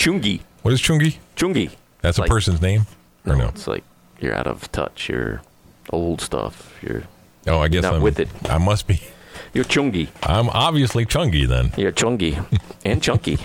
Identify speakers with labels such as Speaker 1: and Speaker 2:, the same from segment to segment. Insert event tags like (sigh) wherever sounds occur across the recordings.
Speaker 1: Chungi.
Speaker 2: What is Chungi?
Speaker 1: Chungi.
Speaker 2: That's a
Speaker 1: Like-
Speaker 2: person's name? Or no?
Speaker 1: It's like you're out of touch. You're old stuff. You're
Speaker 2: Oh, I guess
Speaker 1: not
Speaker 2: I'm
Speaker 1: with it.
Speaker 2: I must be.
Speaker 1: you're chungy.
Speaker 2: I'm obviously chunky then.
Speaker 1: You're chunky and
Speaker 2: (laughs)
Speaker 1: chunky.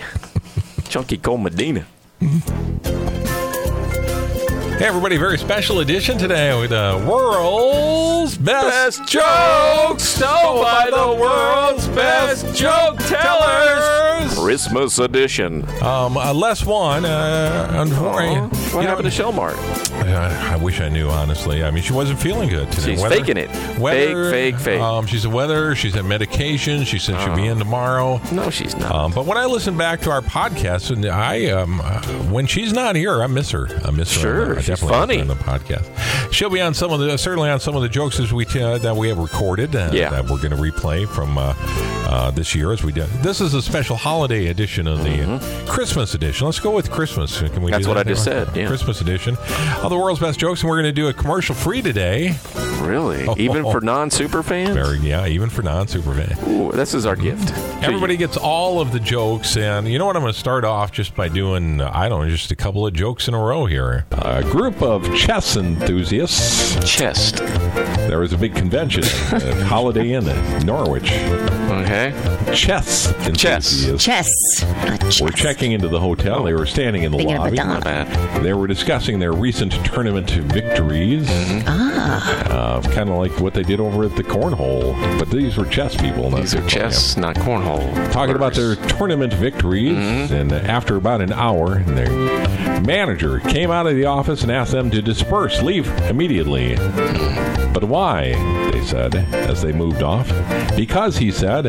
Speaker 1: chunky Cole Medina.
Speaker 2: Hey, everybody, very special edition today with the world's best,
Speaker 1: Best Oh,
Speaker 2: jokes told by the world's best joke tellers.
Speaker 1: Christmas edition.
Speaker 2: Um, uh, Les Juan, uh, unfortunately.
Speaker 1: Aw, what
Speaker 2: you know,
Speaker 1: happened to Shellmark?
Speaker 2: I, I wish I knew, honestly. I mean, she wasn't feeling good today.
Speaker 1: She's faking it. Fake, fake, fake. Uh-huh.
Speaker 2: Um, she's a weather. She's at medication. She said she'll be in tomorrow.
Speaker 1: No, she's not.
Speaker 2: Um, but when I listen back to our podcast, and I um, uh, when she's not here, I miss her. I miss her.
Speaker 1: Sure,
Speaker 2: I
Speaker 1: she's
Speaker 2: definitely miss her
Speaker 1: funny.
Speaker 2: on the podcast. She'll be on some of the certainly on some of the jokes as we uh, that we have recorded. Uh,
Speaker 1: Yeah.
Speaker 2: that we're going to replay from uh, uh, this year as we did. This is a special holiday edition of the Christmas edition. Let's go with Christmas. Can we?
Speaker 1: Mm-hmm. That's
Speaker 2: do
Speaker 1: what
Speaker 2: that
Speaker 1: I just
Speaker 2: now?
Speaker 1: said, yeah.
Speaker 2: Christmas edition of the world's best jokes, and we're going to do a commercial free today.
Speaker 1: really? Even for non super fans?
Speaker 2: Oh, Very yeah, even for non super fans.
Speaker 1: Ooh, this is our gift. to
Speaker 2: Everybody
Speaker 1: you.
Speaker 2: gets all of the jokes, and you know what? I'm going to start off just by doing, uh, I don't know, just a couple of jokes in a row here. A group of chess enthusiasts.
Speaker 1: chest.
Speaker 2: There was a big convention at (laughs) Holiday Inn in Norwich.
Speaker 1: Okay.
Speaker 2: Chess enthusiasts
Speaker 3: Chess. Not chess.
Speaker 2: were checking into the hotel. They were standing in the
Speaker 3: Thinking of a
Speaker 2: lobby.
Speaker 3: dog.
Speaker 1: Bad.
Speaker 2: They were discussing their recent tournament victories.
Speaker 3: Mm-hmm.
Speaker 2: Ah. Uh, kind of like what they did over at the cornhole. But these were chess people. not
Speaker 1: These are
Speaker 2: people, Oh, yeah.
Speaker 1: chests, not cornhole.
Speaker 2: talking about their
Speaker 1: Burgers.
Speaker 2: tournament victories. And after about an hour, their manager came out of the office and asked them to disperse, leave immediately. But why? They said as they moved off. Because, he said,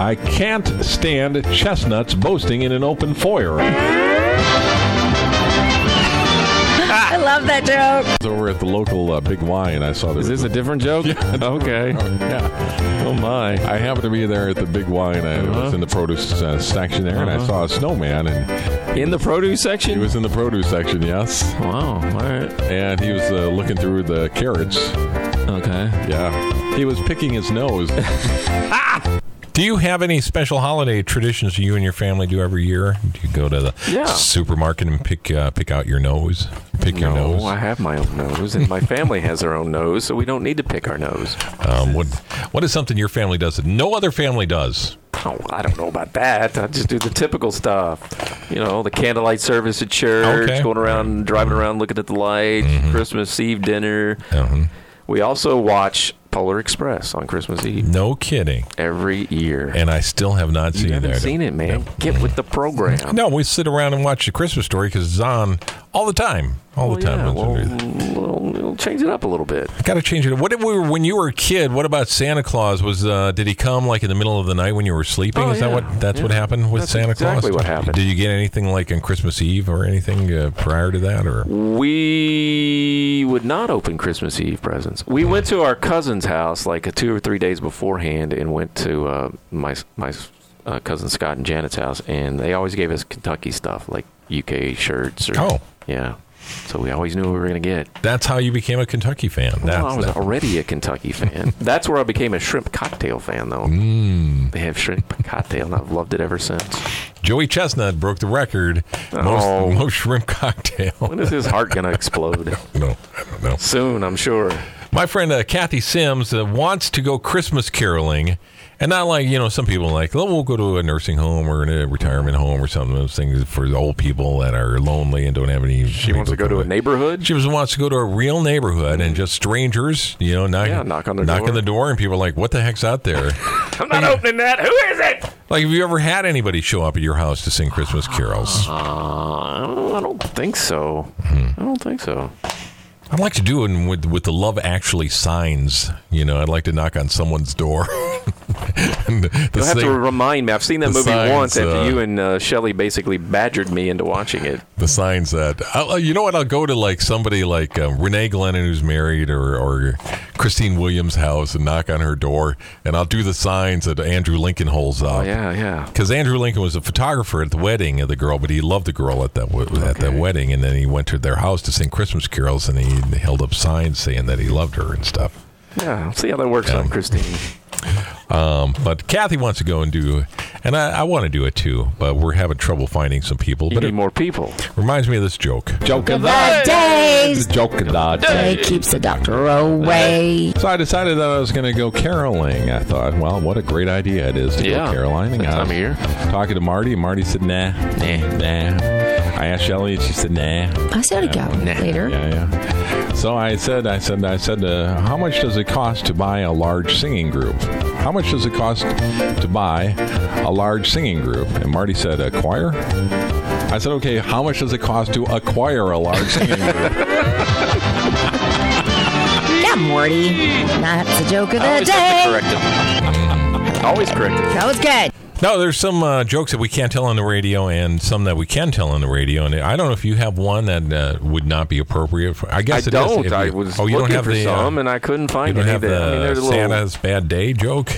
Speaker 2: I can't stand chestnuts boasting in an open foyer.
Speaker 3: I love that joke.
Speaker 2: Over at the local uh, Big Y, and I saw there
Speaker 4: Is
Speaker 2: was
Speaker 4: this a different joke?
Speaker 2: (laughs)
Speaker 4: Okay.
Speaker 2: yeah.
Speaker 4: Oh my.
Speaker 2: I happened to be there at the Big Y, and I was in the produce uh, section there, and I saw a snowman, and
Speaker 4: In the produce
Speaker 2: he
Speaker 4: section?
Speaker 2: was in the produce section, yes.
Speaker 4: Wow. All right.
Speaker 2: and he was uh, looking through the carrots.
Speaker 4: Okay.
Speaker 2: Yeah, he was picking his nose. (laughs) Do you have any special holiday traditions you and your family do every year? Do you go to the
Speaker 1: Yeah.
Speaker 2: supermarket and pick uh, pick out your nose? Pick your
Speaker 1: No,
Speaker 2: nose.
Speaker 1: Oh, I have my own nose, and my family has their own nose, so we don't need to pick our nose.
Speaker 2: Um, what what is something your family does that no other family does?
Speaker 1: Oh, I don't know about that. I just do the typical stuff. You know, the candlelight service at church,
Speaker 2: Okay. Mm-hmm.
Speaker 1: going around, driving around, looking at the lights, Christmas Eve dinner.
Speaker 2: Uh-huh.
Speaker 1: We also watch Polar Express on Christmas Eve
Speaker 2: No kidding.
Speaker 1: every year.
Speaker 2: And I still have not
Speaker 1: you
Speaker 2: seen
Speaker 1: haven't
Speaker 2: there.
Speaker 1: seen it, man. Get with the program.
Speaker 2: No, we sit around and watch the Christmas story because it's on all the time, all the time.
Speaker 1: Well, yeah, well, we'll, we'll change it up a little bit.
Speaker 2: Got to change it. What if we were, when you were a kid? What about Santa Claus? Was uh, did he come like in the middle of the night when you were sleeping?
Speaker 1: Oh,
Speaker 2: Is that
Speaker 1: yeah.
Speaker 2: what that's what
Speaker 1: Yeah.
Speaker 2: happened with
Speaker 1: That's
Speaker 2: Santa
Speaker 1: exactly
Speaker 2: Claus?
Speaker 1: what happened.
Speaker 2: Did you get anything like on Christmas Eve or anything uh, prior to that? Or
Speaker 1: We would not open Christmas Eve presents. We went to our cousin's house like a two or three days beforehand, and went to uh, my my uh, cousin Scott and Janet's house, and they always gave us Kentucky stuff like UK shirts. Or,
Speaker 2: Oh.
Speaker 1: yeah. So we always knew what we were going to get.
Speaker 2: that's how you became a Kentucky fan. That's
Speaker 1: Well, I was
Speaker 2: that-
Speaker 1: already a Kentucky
Speaker 2: (laughs)
Speaker 1: fan. That's where I became a shrimp cocktail fan, though.
Speaker 2: Mm.
Speaker 1: They have shrimp cocktail, and I've loved it ever since.
Speaker 2: Joey Chestnut broke the record most
Speaker 1: Oh.
Speaker 2: most shrimp (laughs) cocktail.
Speaker 1: When is his heart going to
Speaker 2: (laughs)
Speaker 1: explode?
Speaker 2: no, I don't know.
Speaker 1: Soon, I'm sure.
Speaker 2: My friend uh, Kathy Sims uh, wants to go Christmas caroling, and not like you know some people like "Oh, we'll go to a nursing home or a retirement home or something. Those things for the old people that are lonely and don't have any.
Speaker 1: She wants to go to a neighborhood.
Speaker 2: She was, wants to go to a real neighborhood and just strangers, you know, knock,
Speaker 1: Yeah, knock on their
Speaker 2: knock
Speaker 1: door.
Speaker 2: on the door, and people are like, "What the heck's
Speaker 1: (laughs)
Speaker 2: out there?"
Speaker 1: I'm not opening that. Who is it?
Speaker 2: like, have you ever had anybody show up at your house to sing Christmas carols?
Speaker 1: Uh, I don't think so.
Speaker 2: Hmm.
Speaker 1: I don't think so.
Speaker 2: I'd like to do it with with the Love Actually signs. You know, I'd like to knock on someone's door. (laughs) and the
Speaker 1: You'll have
Speaker 2: sing-
Speaker 1: to remind me. I've seen that
Speaker 2: the
Speaker 1: movie
Speaker 2: signs,
Speaker 1: once after
Speaker 2: uh,
Speaker 1: you and uh, Shelly basically badgered me into watching it.
Speaker 2: the signs that I'll, uh, you know what I'll go to like somebody like um, Renee Glennon who's married or, or Christine Williams' house and knock on her door and I'll do the signs that Andrew Lincoln holds up.
Speaker 1: Oh, yeah, yeah.
Speaker 2: Because Andrew Lincoln was a photographer at the wedding of the girl, but he loved the girl at that w- at that
Speaker 1: Okay.
Speaker 2: wedding, and then he went to their house to sing Christmas carols, and he held up signs saying that he loved her and stuff.
Speaker 1: Yeah, I'll see how that works out, Christine.
Speaker 2: But Kathy wants to go and do And I, I want to do it too, but we're having trouble finding some people.
Speaker 1: You
Speaker 2: But
Speaker 1: need
Speaker 2: it
Speaker 1: more people.
Speaker 2: reminds me of this joke. Joke
Speaker 3: of the Goodbye, days.
Speaker 2: Joke of the
Speaker 3: Day keeps the doctor away.
Speaker 2: So I decided that I was going to go caroling. I thought, well, what a great idea it is to
Speaker 1: Yeah.
Speaker 2: go caroling.
Speaker 1: That
Speaker 2: I
Speaker 1: time
Speaker 2: was
Speaker 1: of year.
Speaker 2: Talking to Marty, and Marty said, nah, nah, nah. I asked Shelly, and she said, nah.
Speaker 3: I said to go later.
Speaker 2: Yeah, yeah. So I said, I said, I said, uh, how much does it cost to buy a large singing group? How much does it cost to buy a large singing group? And Marty said, a choir? I said, okay, how much does it cost to acquire a large singing group?
Speaker 3: Yeah, Morty. That's the joke of the
Speaker 1: always have to
Speaker 3: day.
Speaker 1: correct him. always correct him.
Speaker 3: That was good.
Speaker 2: no, there's some uh, jokes that we can't tell on the radio and some that we can tell on the radio. And I don't know if you have one that uh, would not be appropriate. For, I
Speaker 1: I
Speaker 2: guess it is
Speaker 1: don't.
Speaker 2: if
Speaker 1: I
Speaker 2: you-
Speaker 1: was
Speaker 2: oh, you
Speaker 1: looking
Speaker 2: don't have
Speaker 1: for
Speaker 2: the, uh,
Speaker 1: some, and I couldn't
Speaker 2: you
Speaker 1: find
Speaker 2: don't
Speaker 1: any.
Speaker 2: have
Speaker 1: that- I mean,
Speaker 2: the uh,
Speaker 1: there's a little
Speaker 2: Santa's bad day joke.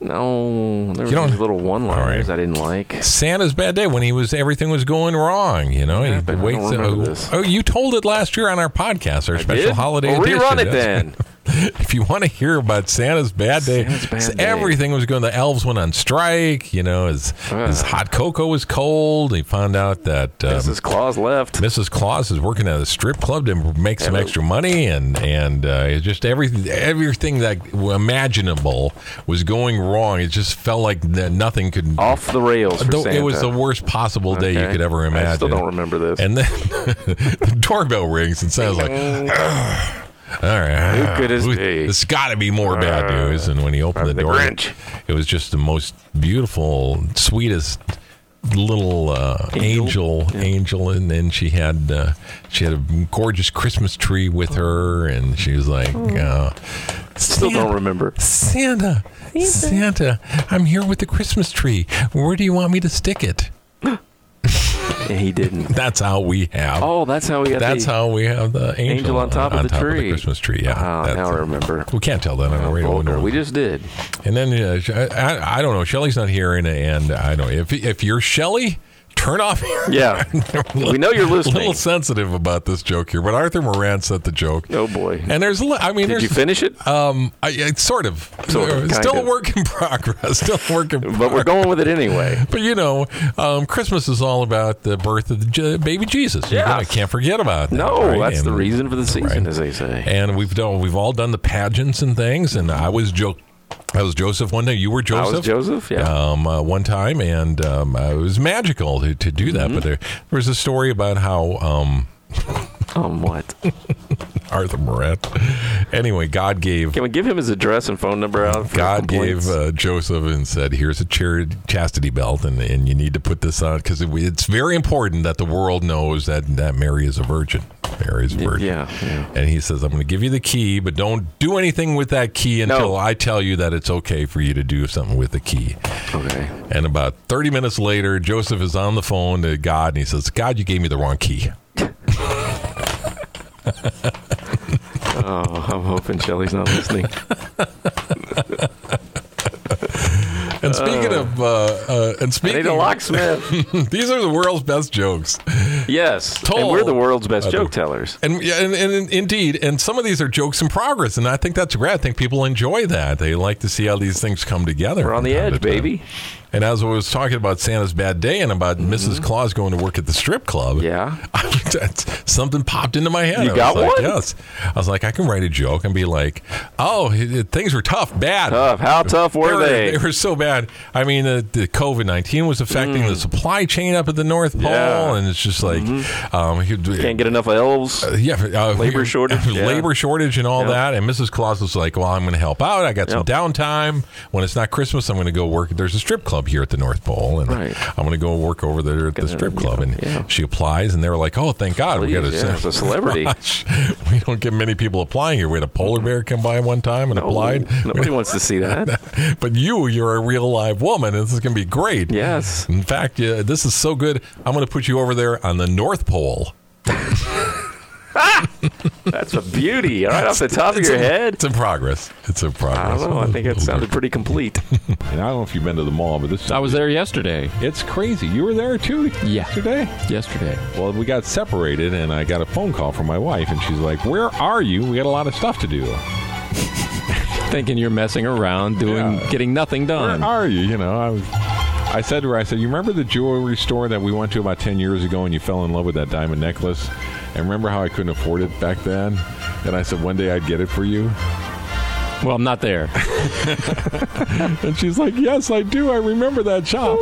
Speaker 1: no. There was
Speaker 2: don't-
Speaker 1: these little one-liners
Speaker 2: All right.
Speaker 1: I didn't like.
Speaker 2: Santa's bad day when he was everything was going wrong. You know,
Speaker 1: Yeah, but I
Speaker 2: he
Speaker 1: don't
Speaker 2: wakes
Speaker 1: remember this.
Speaker 2: Oh, you told it last year on our podcast, our special
Speaker 1: Did?
Speaker 2: holiday
Speaker 1: Well,
Speaker 2: edition.
Speaker 1: rerun it
Speaker 2: That's-
Speaker 1: then.
Speaker 2: (laughs) If you want to hear about Santa's bad day,
Speaker 1: Santa's bad
Speaker 2: s-
Speaker 1: day.
Speaker 2: everything was going. The elves went on strike. You know, his, his
Speaker 1: Ugh.
Speaker 2: hot cocoa was cold. He found out that um,
Speaker 1: Mrs. Claus left.
Speaker 2: Mrs. Claus is working at a strip club to make some extra money, and and uh, it's just everything everything that w- imaginable was going wrong. It just felt like that nothing could
Speaker 1: Off the rails for
Speaker 2: Though
Speaker 1: Santa.
Speaker 2: it was the worst possible day you
Speaker 1: Okay.
Speaker 2: could ever imagine.
Speaker 1: I still don't remember this.
Speaker 2: And then (laughs) the doorbell rings and sounds like, "Ugh. all right,
Speaker 1: Who could this
Speaker 2: who-
Speaker 1: be?"
Speaker 2: It's got to be more bad news. And when he opened
Speaker 1: I'm
Speaker 2: the
Speaker 1: the
Speaker 2: door,
Speaker 1: Grinch.
Speaker 2: it was just the most beautiful, sweetest little uh, angel, angel, And then she had uh, she had a gorgeous Christmas tree with her, and she was like, uh,
Speaker 1: still
Speaker 2: "Santa,
Speaker 1: don't remember.
Speaker 2: Santa, Santa, I'm here with the Christmas tree. Where do you want me to stick it?
Speaker 1: And (laughs) he didn't.
Speaker 2: That's how we have.
Speaker 1: Oh, that's how he got
Speaker 2: that's
Speaker 1: the
Speaker 2: how we have the angel,
Speaker 1: angel on top of the tree.
Speaker 2: Christmas tree. Yeah,
Speaker 1: Ah,
Speaker 2: that's
Speaker 1: now I
Speaker 2: it.
Speaker 1: remember.
Speaker 2: We can't tell that on the radio.
Speaker 1: Vulgar.
Speaker 2: no.
Speaker 1: We just
Speaker 2: (laughs)
Speaker 1: did.
Speaker 2: and then uh, Sh- I, I don't know. Shelly's not here, and, and I don't. If if you're Shelly, turn off. Your, (laughs)
Speaker 1: Yeah. we know you're
Speaker 2: A little
Speaker 1: listening.
Speaker 2: sensitive about this joke here, but Arthur Moran set the joke.
Speaker 1: Oh, boy.
Speaker 2: And there's, li- I mean,
Speaker 1: Did
Speaker 2: there's
Speaker 1: you finish it?
Speaker 2: Um, I, I, sort of,
Speaker 1: Sort of,
Speaker 2: Uh,
Speaker 1: kind
Speaker 2: still a
Speaker 1: of.
Speaker 2: work in (laughs) progress. Still a work in progress.
Speaker 1: But we're going with it anyway.
Speaker 2: (laughs) But you know, um, Christmas is all about the birth of the J- baby Jesus. You
Speaker 1: Yes.
Speaker 2: gotta- can't forget about that.
Speaker 1: No,
Speaker 2: right?
Speaker 1: that's the
Speaker 2: And-
Speaker 1: reason for the season,
Speaker 2: right.
Speaker 1: as they say.
Speaker 2: And we've done we've all done the pageants and things. And I was jo- I was Joseph one day. You were
Speaker 1: I
Speaker 2: Joseph.
Speaker 1: was Joseph. Yeah.
Speaker 2: Um, uh, one time, and um, uh, it was magical to, to do
Speaker 1: Mm-hmm.
Speaker 2: that. But there, there was a story about how um,
Speaker 1: Um, what?
Speaker 2: Arthur Moret. Anyway, God gave
Speaker 1: Can we give him his address and phone number out? For
Speaker 2: God
Speaker 1: complaints?
Speaker 2: gave uh, Joseph and said, "Here's a chari- chastity belt, and, and you need to put this on because it, it's very important that the world knows that that Mary is a virgin. Mary's a virgin."
Speaker 1: yeah, yeah.
Speaker 2: And he says, "I'm going to give you the key, but don't do anything with that key until I tell you that it's okay for you to do something with the key."
Speaker 1: Okay.
Speaker 2: And about 30 minutes later, Joseph is on the phone to God, and he says, "God, you gave me the wrong key."
Speaker 1: Oh, I'm hoping Shelly's not
Speaker 2: (laughs)
Speaker 1: listening.
Speaker 2: And speaking of, uh, uh, and
Speaker 1: I need
Speaker 2: speaking,
Speaker 1: a locksmith.
Speaker 2: (laughs) these are the world's best jokes.
Speaker 1: Yes. And
Speaker 2: Toll.
Speaker 1: we're the world's best
Speaker 2: Uh,
Speaker 1: joke tellers.
Speaker 2: And yeah, and, and, and indeed, and some of these are jokes in progress, and I think that's great. I think people enjoy that. They like to see how these things come together.
Speaker 1: We're on
Speaker 2: from
Speaker 1: the
Speaker 2: time to
Speaker 1: edge,
Speaker 2: time.
Speaker 1: baby. Mm-hmm.
Speaker 2: And as I was talking about Santa's bad day and about Mrs. Claus going to work at the strip club, (laughs)
Speaker 1: Yeah.
Speaker 2: that's- something popped into my head.
Speaker 1: You
Speaker 2: I
Speaker 1: got
Speaker 2: was like,
Speaker 1: one?
Speaker 2: Yes. I was like, I can write a joke and be like, "Oh, it- it- things were tough, bad,
Speaker 1: Tough. How tough were they?
Speaker 2: were so bad. I mean, the, the COVID nineteen was affecting the supply chain up at the North Pole,
Speaker 1: Mm. Yeah. Mm-hmm.
Speaker 2: and it's just like, um, he-
Speaker 1: Can't get enough elves.
Speaker 2: yeah, but, uh,
Speaker 1: Labor (laughs) shortage, yeah.
Speaker 2: (laughs) labor shortage, and all
Speaker 1: Yeah.
Speaker 2: that. And Mrs. Claus was like, "Well, I'm going to help out. I got some
Speaker 1: Yeah.
Speaker 2: downtime. When it's not Christmas, I'm going to go work. There's a strip club here at the North Pole, and
Speaker 1: Right.
Speaker 2: I'm going to go work over there at the strip club." And
Speaker 1: yeah.
Speaker 2: she applies, and they're like, "Oh, thank God, we got
Speaker 1: Please, yeah, it's a celebrity.
Speaker 2: (laughs) Gosh, we don't get many people applying here. We had a polar bear come by one time and
Speaker 1: Oh,
Speaker 2: applied, (laughs)
Speaker 1: Nobody wants to see that.
Speaker 2: but you, you're a real live woman, and this is going to be great.
Speaker 1: Yes.
Speaker 2: In fact, yeah, this is so good. I'm going to put you over there on the North Pole.
Speaker 1: That's a beauty. All right off the top of
Speaker 2: It's
Speaker 1: your
Speaker 2: in-
Speaker 1: head.
Speaker 2: It's in progress. It's in
Speaker 1: I
Speaker 2: progress.
Speaker 1: don't know. I think it sounded pretty complete.
Speaker 2: And I don't know if you've been to the mall, but this
Speaker 4: I was there yesterday.
Speaker 2: It's crazy. You were there too
Speaker 4: Yeah.
Speaker 2: yesterday.
Speaker 4: Yesterday.
Speaker 2: Well, we got separated, and I got a phone call from my wife, and she's like, "Where are you? We got a lot of stuff to do. Where
Speaker 4: Thinking you're messing around, doing,
Speaker 2: Yeah.
Speaker 4: getting nothing done.
Speaker 2: are you? You know, I was."
Speaker 5: I said to her, I said, you remember the jewelry store that we went to about 10 years ago and you fell in love with that diamond necklace? And remember how I couldn't afford it back then? And I said, one day I'd get it for you.
Speaker 6: Well, I'm not
Speaker 2: (laughs)
Speaker 6: there.
Speaker 5: And she's like, yes, I do. I remember that shop.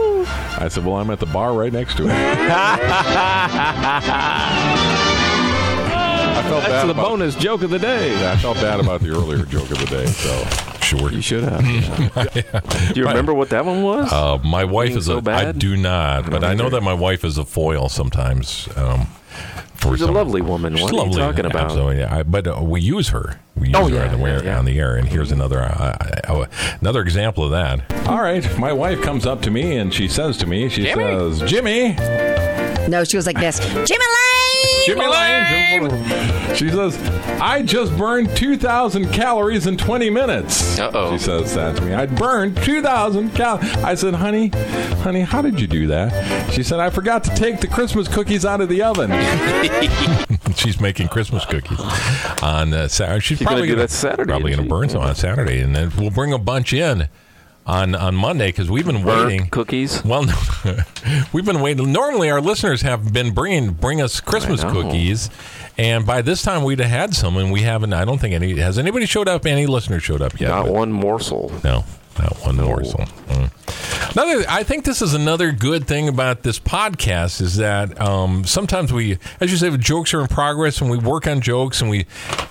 Speaker 5: I said, well, I'm at the bar right
Speaker 2: (laughs)
Speaker 5: next to it. I felt
Speaker 6: That's
Speaker 5: bad
Speaker 6: the
Speaker 5: about-
Speaker 6: bonus joke of the day.
Speaker 5: Yeah, I felt bad about the earlier joke of the day. So
Speaker 2: Sure.
Speaker 1: You should have. Do you remember what that one was?
Speaker 2: Uh, my wife
Speaker 1: Being
Speaker 2: is
Speaker 1: so
Speaker 2: a. I
Speaker 1: bad?
Speaker 2: do not, but I know
Speaker 1: either.
Speaker 2: that my wife is a foil sometimes. Um, for
Speaker 1: She's a
Speaker 2: some-
Speaker 1: lovely woman.
Speaker 2: She's
Speaker 1: What are you
Speaker 2: lovely.
Speaker 1: talking about?
Speaker 2: Absolutely. Yeah, I, but uh, we use her. We use
Speaker 1: Oh,
Speaker 2: her
Speaker 1: yeah,
Speaker 2: on, the,
Speaker 1: yeah,
Speaker 2: way-
Speaker 1: yeah.
Speaker 2: on the air. And here's another uh, uh, another example of that.
Speaker 5: all right, my wife comes up to me and she says to me, she says, Jimmy,
Speaker 3: No, she was like this. Jimmy Lane!
Speaker 5: Jimmy Lane. She says, I just burned 2,000 calories in 20 minutes.
Speaker 1: Uh-oh.
Speaker 5: She says that to me. I burned 2,000 calories. I said, honey, honey, how did you do that? She said, I forgot to take the Christmas cookies out of
Speaker 1: (laughs)
Speaker 5: the oven.
Speaker 2: She's making Christmas cookies on uh, Saturday. She's,
Speaker 1: gonna
Speaker 2: probably
Speaker 1: do
Speaker 2: gonna-
Speaker 1: that Saturday,
Speaker 2: Probably
Speaker 1: isn't
Speaker 2: going to
Speaker 1: she?
Speaker 2: burn some on Saturday, and then we'll bring a bunch in on on Monday because we've been
Speaker 1: Burnt
Speaker 2: waiting.
Speaker 1: cookies.
Speaker 2: Well, (laughs) no, we've been waiting. Normally, our listeners have been bringing bring us Christmas
Speaker 1: I know.
Speaker 2: cookies, and by this time we'd have had some, and we haven't. I don't think any has anybody showed up. Any listener showed up yet?
Speaker 1: Not
Speaker 2: but-
Speaker 1: one morsel.
Speaker 2: No, not one morsel. Mm. Another, I think this is another good thing about this podcast is that um, sometimes we, as you say, the jokes are in progress, and we work on jokes, and we,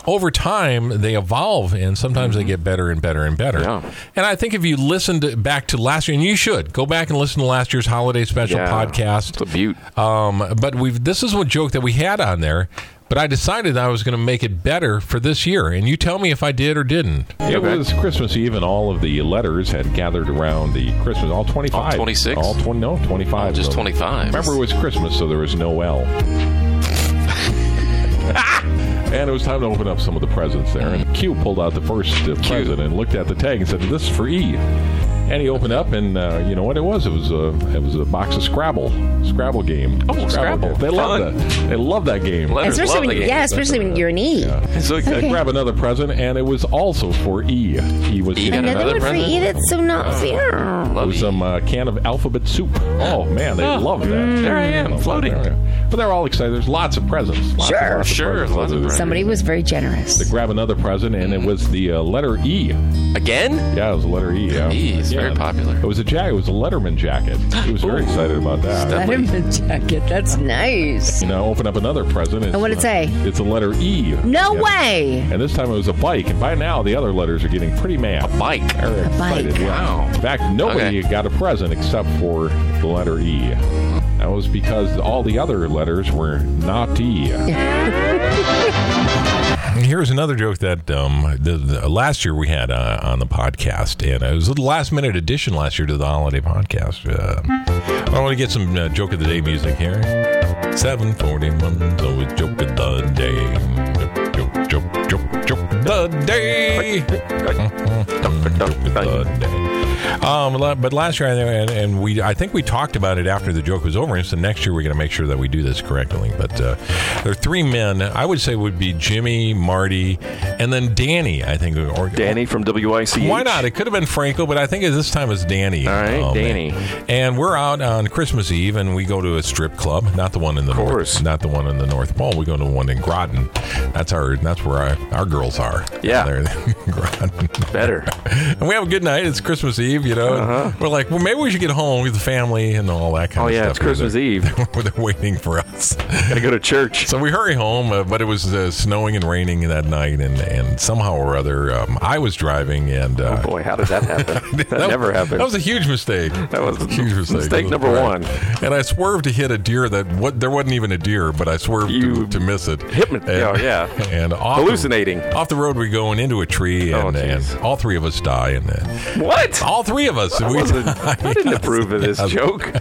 Speaker 2: over time, they evolve, and sometimes they get better and better and better.
Speaker 1: Mm-hmm. Yeah.
Speaker 2: And I think if you listen to, back to last year, and you should go back and listen to last year's holiday special
Speaker 1: Yeah.
Speaker 2: podcast.
Speaker 1: It's a beaut.
Speaker 2: Um, but we've this is a joke that we had on there, but I decided I was going to make it better for this year, and you tell me if I did or didn't.
Speaker 5: It was Christmas Eve, and all of the letters had gathered around the Christmas. All twenty-five,
Speaker 7: All 26?
Speaker 5: all twenty, no, twenty-five,
Speaker 7: just
Speaker 5: So-
Speaker 7: 25.
Speaker 5: (laughs) Remember, it was Christmas, so there was no L. And it was time to open up some of the presents there. And Q pulled out the first uh, present and looked at the tag and said, "This is for E." And he opened up, and uh, you know what it was? It was a it was a box of Scrabble, Scrabble game.
Speaker 1: Oh, Scrabble.
Speaker 5: They love
Speaker 1: Fun.
Speaker 5: that. They love that game.
Speaker 7: Letters love
Speaker 3: Especially
Speaker 7: the
Speaker 3: when,
Speaker 7: game.
Speaker 3: yeah, especially when you're an E.
Speaker 1: So,
Speaker 5: I grab another present, and it was also for E. E was
Speaker 7: E got
Speaker 5: taken
Speaker 7: another
Speaker 3: Another one for
Speaker 7: present?
Speaker 3: E that's so not fair.
Speaker 7: Love
Speaker 5: With
Speaker 7: you.
Speaker 5: some uh, can of alphabet soup. Oh man, they love that.
Speaker 7: Mm. there I am,
Speaker 5: Love that.
Speaker 7: floating.
Speaker 5: There I am. But they're all excited. There's lots of presents. Lots
Speaker 3: Sure.
Speaker 5: and lots of
Speaker 7: Sure,
Speaker 5: presents.
Speaker 7: lots of presents. Mm-hmm.
Speaker 3: Somebody was very generous.
Speaker 5: Grab another present, and it was the uh, letter E.
Speaker 7: Again?
Speaker 5: Yeah, it was the letter E. Yeah.
Speaker 7: E is
Speaker 5: Yeah.
Speaker 7: very popular.
Speaker 5: It was a jacket. It was a Letterman jacket. He was very excited about that.
Speaker 3: Letterman (laughs) jacket. That's nice.
Speaker 5: You know, open up another present. It's,
Speaker 3: And what'd it say?
Speaker 5: It's a letter E.
Speaker 3: No
Speaker 5: Yeah.
Speaker 3: way.
Speaker 5: And this time it was a bike. And by now, the other letters are getting pretty mad.
Speaker 7: Bike.
Speaker 5: They're
Speaker 3: bike.
Speaker 5: excited, yeah.
Speaker 7: Wow.
Speaker 5: In fact, nobody
Speaker 7: Okay.
Speaker 5: got a present except for the letter E. That was because all the other letters were not E.
Speaker 2: (laughs) Here's another joke that um, the, the, last year we had uh, on the podcast, and it was the last minute addition last year to the holiday podcast. Uh, I want to get some uh, joke of the day music here. Seven forty-one, so it's joke of the day. Joke, joke, joke, joke of the day. Joke of the day. Um, la- but last year, I- and, and we, I think we talked about it after the joke was over. And so next year, we're going to make sure that we do this correctly. But uh, there are three men. I would say would be Jimmy, Marty, and then Danny. I think. Or,
Speaker 1: Danny from WIC.
Speaker 2: Why not? It could have been Franco, but I think at this time it's Danny. Oh,
Speaker 1: All right, Danny.
Speaker 2: And we're out on Christmas Eve, and we go to a strip club. Not the one in the
Speaker 1: course.
Speaker 2: north, not the one in the North Pole. We go to one in Groton. That's our. That's where our, our girls are.
Speaker 1: Yeah.
Speaker 2: They're in (laughs) Groton.
Speaker 1: Better.
Speaker 2: And we have a good night. It's Christmas Eve, you know. and We're like, well, maybe we should get home with the family and all that kind
Speaker 1: Uh-huh. Oh
Speaker 2: of
Speaker 1: yeah,
Speaker 2: stuff.
Speaker 1: it's Christmas Eve.
Speaker 2: Eve. They're (laughs) waiting for us.
Speaker 1: Gotta go to church.
Speaker 2: So we hurry home, uh, but it was uh, snowing and raining that night, and, and somehow or other, um, I was driving, and uh,
Speaker 1: Boy, how did that happen? That, never happened.
Speaker 2: (laughs) That was a huge mistake.
Speaker 1: That was
Speaker 2: a huge mistake.
Speaker 1: mistake number one.
Speaker 2: And I swerved to hit a deer that what there wasn't even a deer, but I swerved to,
Speaker 1: You
Speaker 2: to miss it.
Speaker 1: hypno- oh, yeah.
Speaker 2: And off the-
Speaker 1: Hallucinating.
Speaker 2: off the road we go and into a tree,
Speaker 1: Oh,
Speaker 2: and, and
Speaker 1: jeez.
Speaker 2: all three of us die. And uh,
Speaker 1: what?
Speaker 2: all three of us.
Speaker 1: I,
Speaker 2: we (laughs)
Speaker 1: wasn't-
Speaker 2: die.
Speaker 1: I didn't approve of this
Speaker 2: Yes.
Speaker 1: joke.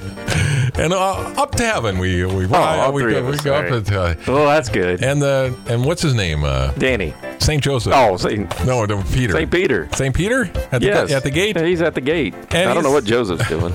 Speaker 2: And uh, up to heaven we we,
Speaker 1: Oh, all
Speaker 2: we,
Speaker 1: three
Speaker 2: go,
Speaker 1: of
Speaker 2: we
Speaker 1: us,
Speaker 2: go
Speaker 1: all
Speaker 2: up
Speaker 1: right.
Speaker 2: to, uh,
Speaker 1: Well, that's good.
Speaker 2: and the and what's his name? Uh,
Speaker 1: Danny.
Speaker 2: St. Joseph.
Speaker 1: Oh, St.
Speaker 2: No, no, Peter.
Speaker 1: St. Peter.
Speaker 2: St. Peter? At the,
Speaker 1: Yes.
Speaker 2: At the gate?
Speaker 1: Yeah, He's at the gate. I don't
Speaker 2: he's-
Speaker 1: know what Joseph's
Speaker 2: (laughs)
Speaker 1: doing.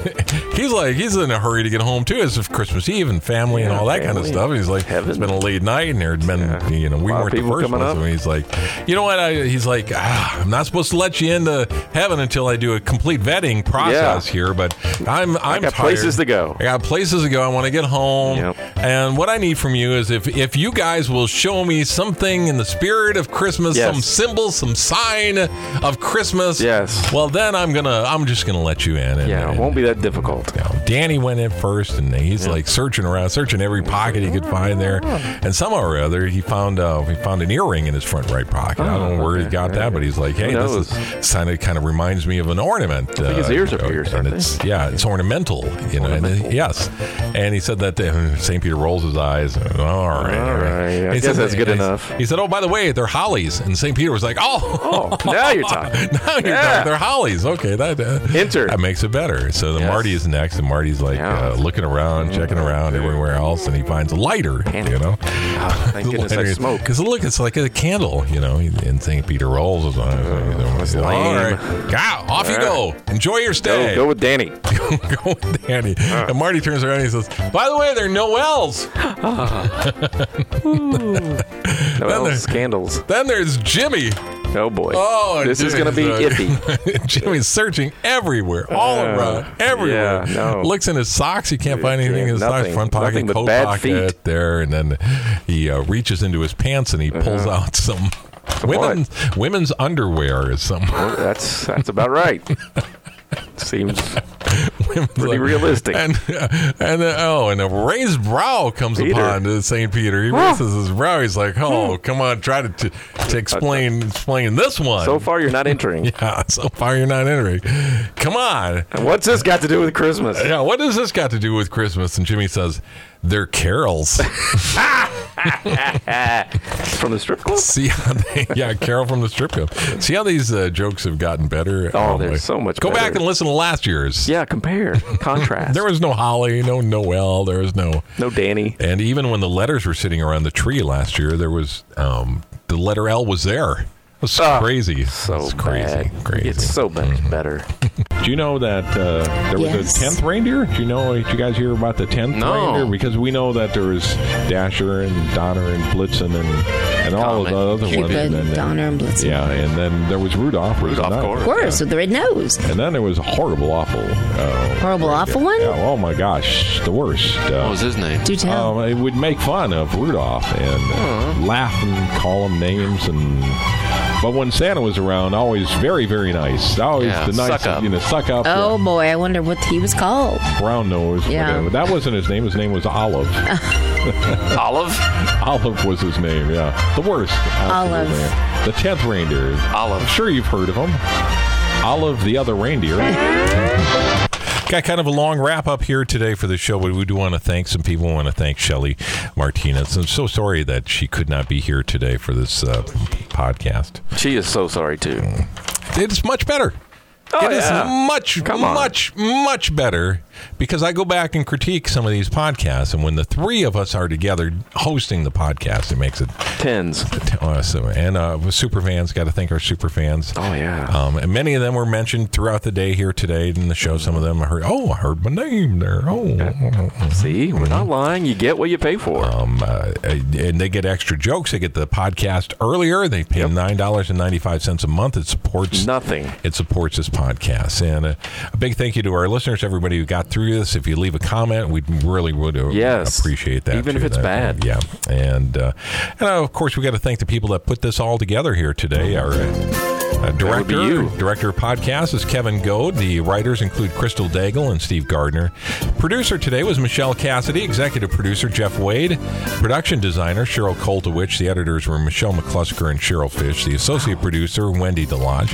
Speaker 2: He's like, he's in a hurry to get home too. It's Christmas Eve and family and
Speaker 1: Yeah,
Speaker 2: all that kind of
Speaker 1: family.
Speaker 2: stuff. He's like,
Speaker 1: Heaven.
Speaker 2: it's been a late night and there had been, you know, we
Speaker 1: A lot of
Speaker 2: weren't the
Speaker 1: people
Speaker 2: first
Speaker 1: coming up.
Speaker 2: ones. And he's like, you know what? I, he's like, ah, I'm not supposed to let you into heaven until I do a complete vetting process
Speaker 1: Yeah.
Speaker 2: here, but I'm, I'm
Speaker 1: got
Speaker 2: tired.
Speaker 1: places to go.
Speaker 2: I got places to go. I want to get home.
Speaker 1: Yep.
Speaker 2: And what I need from you is if, if you guys will show me something in the spirit of Christmas,
Speaker 1: Yes.
Speaker 2: some symbol, some sign of Christmas.
Speaker 1: Yes.
Speaker 2: Well, then I'm gonna, I'm just gonna let you in. And,
Speaker 1: Yeah, it
Speaker 2: and-
Speaker 1: won't be that difficult.
Speaker 2: now, Danny went in first, and he's like searching around, searching every pocket he could
Speaker 1: Oh,
Speaker 2: find there, and somehow or other he found uh, he found an earring in his front right pocket. I don't know where he
Speaker 1: Oh, okay.
Speaker 2: got that, but he's like, hey, this
Speaker 1: knows?
Speaker 2: is kind of kind of reminds me of an ornament. I
Speaker 1: think his ears are pierced,
Speaker 2: and
Speaker 1: aren't
Speaker 2: it's yeah, it's ornamental, you know. and, uh, yes, and he said that uh, Saint Peter rolls his eyes. and, all right,
Speaker 1: All right, I
Speaker 2: And he
Speaker 1: guess that's good
Speaker 2: he-
Speaker 1: enough.
Speaker 2: He said, oh, by the way, they're hollies, and Saint Peter was like, oh,
Speaker 1: Oh, now you're talking.
Speaker 2: (laughs) now you're
Speaker 1: Yeah.
Speaker 2: talking. They're hollies. Okay, that uh,
Speaker 1: Enter.
Speaker 2: That makes it better. So the
Speaker 1: Yes.
Speaker 2: Marty is next, and Marty's like
Speaker 1: Yeah.
Speaker 2: uh, looking around, checking around everywhere else, and he finds a lighter. You know,
Speaker 1: Oh, thank goodness I smoke.
Speaker 2: Because look, it's like a candle. You know, and Saint Peter rolls. his eyes.
Speaker 1: Oh, that's
Speaker 2: All
Speaker 1: lame.
Speaker 2: right, Go, off you
Speaker 1: Yeah.
Speaker 2: go. Enjoy your
Speaker 1: Go,
Speaker 2: stay.
Speaker 1: go with Danny.
Speaker 2: (laughs) Go with Danny. And Marty turns around and he says, "By the way, they're Noels."
Speaker 1: No
Speaker 2: there-
Speaker 1: else scandals.
Speaker 2: Then there's Jimmy.
Speaker 1: Oh boy.
Speaker 2: Oh,
Speaker 1: this is
Speaker 2: geez,
Speaker 1: gonna be
Speaker 2: uh,
Speaker 1: iffy.
Speaker 2: (laughs) Jimmy's searching everywhere, all
Speaker 1: Uh,
Speaker 2: around, everywhere.
Speaker 1: yeah, no.
Speaker 2: Looks in his socks. He can't find anything in his socks.
Speaker 1: Nothing.
Speaker 2: Front pocket,
Speaker 1: Nothing but
Speaker 2: coat
Speaker 1: bad
Speaker 2: pocket,
Speaker 1: feet. Uh-huh.
Speaker 2: there, and then he uh, reaches into his pants and he pulls out some. Women's, women's underwear is some
Speaker 1: Well, that's that's about right. Seems
Speaker 2: women's (laughs)
Speaker 1: pretty realistic.
Speaker 2: and and uh, oh, and a raised brow comes
Speaker 1: Peter. Hmm.
Speaker 2: upon Saint Peter. He raises his brow. He's like, "Oh, come on, try to to, to explain explain this one."
Speaker 1: so far, you're not entering.
Speaker 2: (laughs) yeah, so far you're not entering. Come on,
Speaker 1: And What's this got to do with Christmas?
Speaker 2: Yeah, what does this got to do with Christmas? And Jimmy says, they're
Speaker 1: (laughs)
Speaker 2: carols.
Speaker 1: From the strip club?
Speaker 2: See how they, yeah, Carol from the strip club. See how these uh, jokes have gotten better?
Speaker 1: Oh, they're
Speaker 2: my-
Speaker 1: so much
Speaker 2: Go back
Speaker 1: better.
Speaker 2: and listen to last year's.
Speaker 1: Yeah, compare, contrast.
Speaker 2: There was no Holly, no Noel, there was no.
Speaker 1: no Danny.
Speaker 2: And even when the letters were sitting around the tree last year, there was, um, the letter L was there. It was
Speaker 1: Ah,
Speaker 2: crazy.
Speaker 1: So
Speaker 2: it's crazy.
Speaker 1: bad.
Speaker 2: Crazy. Mm-hmm.
Speaker 1: It's so much better.
Speaker 5: Do you know that uh, there was
Speaker 3: Yes.
Speaker 5: a tenth reindeer? Do you know? Did you guys hear about the tenth
Speaker 1: No.
Speaker 5: reindeer? Because we know that there was Dasher and Donner and Blitzen and and all of the
Speaker 1: Comet.
Speaker 5: other ones.
Speaker 3: Cupid,
Speaker 5: and then-
Speaker 3: Donner, and Blitzen.
Speaker 5: Yeah, and then there was Rudolph. was
Speaker 1: Rudolph, of
Speaker 5: another-
Speaker 1: course.
Speaker 3: Of course, with the red nose.
Speaker 5: And then there was a horrible, awful. Uh,
Speaker 3: Horrible, awful one?
Speaker 5: yeah, oh my gosh, the worst.
Speaker 8: What
Speaker 5: Uh,
Speaker 8: was his name?
Speaker 3: Do tell.
Speaker 5: um, it would make fun of Rudolph and laugh and call him names and. But when Santa was around, always very, very nice. Always
Speaker 8: Yeah,
Speaker 5: the nice,
Speaker 8: suck up.
Speaker 5: you know, suck up.
Speaker 3: oh boy, I wonder what he was called.
Speaker 5: brown nose.
Speaker 3: Yeah.
Speaker 5: whatever. That wasn't his name. His name was Olive.
Speaker 8: Olive?
Speaker 5: Olive was his name, yeah. The worst. absolutely. The 10th reindeer.
Speaker 8: Olive.
Speaker 5: I'm sure you've heard of him. Olive the other reindeer.
Speaker 2: Got kind of a long wrap up here today for the show, but we do want to thank some people. We want to thank Shelly Martinez. I'm so sorry that she could not be here today for this uh, podcast.
Speaker 1: She is so sorry too.
Speaker 2: Mm-hmm. It's much better.
Speaker 1: Oh,
Speaker 2: It is
Speaker 1: yeah.
Speaker 2: much,
Speaker 1: Come on.
Speaker 2: much, much better because I go back and critique some of these podcasts, and when the three of us are together hosting the podcast, it makes it
Speaker 1: Tens.
Speaker 2: awesome. And uh, super fans, got to thank our super fans.
Speaker 1: Oh yeah.
Speaker 2: Um, and many of them were mentioned throughout the day here today in the show. Some of them I heard, oh, I heard my name there. Oh,
Speaker 1: See, we're not lying. You get what you pay for.
Speaker 2: um, uh, and they get extra jokes. They get the podcast earlier. They pay nine dollars and ninety five cents a month. It supports
Speaker 1: Nothing.
Speaker 2: it supports this podcast. And a, a big thank you to our listeners, everybody who got through this. If you leave a comment, we really would uh,
Speaker 1: Yes.
Speaker 2: appreciate that.
Speaker 1: Even if
Speaker 2: too.
Speaker 1: it's
Speaker 2: That- uh,
Speaker 1: bad.
Speaker 2: Yeah. And, uh, and uh, of course, we got to thank the people that put this all together here today. Our uh, uh,
Speaker 1: Mm-hmm. would be
Speaker 2: director,
Speaker 1: you.
Speaker 2: director of podcasts is Kevin Goad. The writers include Crystal Daigle and Steve Gardner. Producer today was Michelle Cassidy. Executive producer Jeff Wade. Production designer Cheryl Koltowich. The editors were Michelle McClusker and Cheryl Fish. The associate producer Wendy Delage.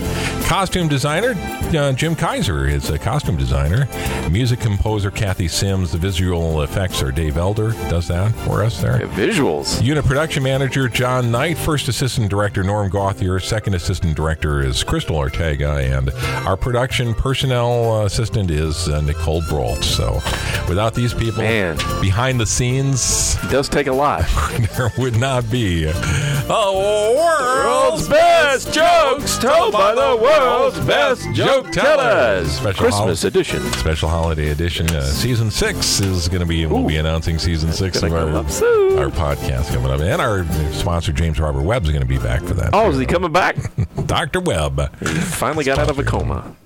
Speaker 2: Costume designer uh, Jim Kaiser is a costume designer. Music composer Kathy Sims. The visual effects are Dave Elder, does that for us there.
Speaker 1: Yeah, visuals.
Speaker 2: Unit production manager John Knight, first assistant director Norm Gauthier, second assistant director is Crystal Ortega, and our production personnel uh, assistant is uh, Nicole Brolt. So, without these people
Speaker 1: Man.
Speaker 2: behind the scenes, (laughs)
Speaker 1: It does take a lot.
Speaker 2: there would not be a world's
Speaker 1: best jokes told by the world's best
Speaker 2: joke tellers. Special
Speaker 1: Christmas
Speaker 2: hol-
Speaker 1: edition.
Speaker 2: Special holiday edition, uh, season six is going to be. We'll be announcing season six of
Speaker 1: gonna
Speaker 2: our,
Speaker 1: come up soon.
Speaker 2: our podcast coming up, and our sponsor James Robert Webb's going to be back for that.
Speaker 1: Oh, is he coming back?
Speaker 2: Doctor Webb.
Speaker 1: Finally got out of a coma.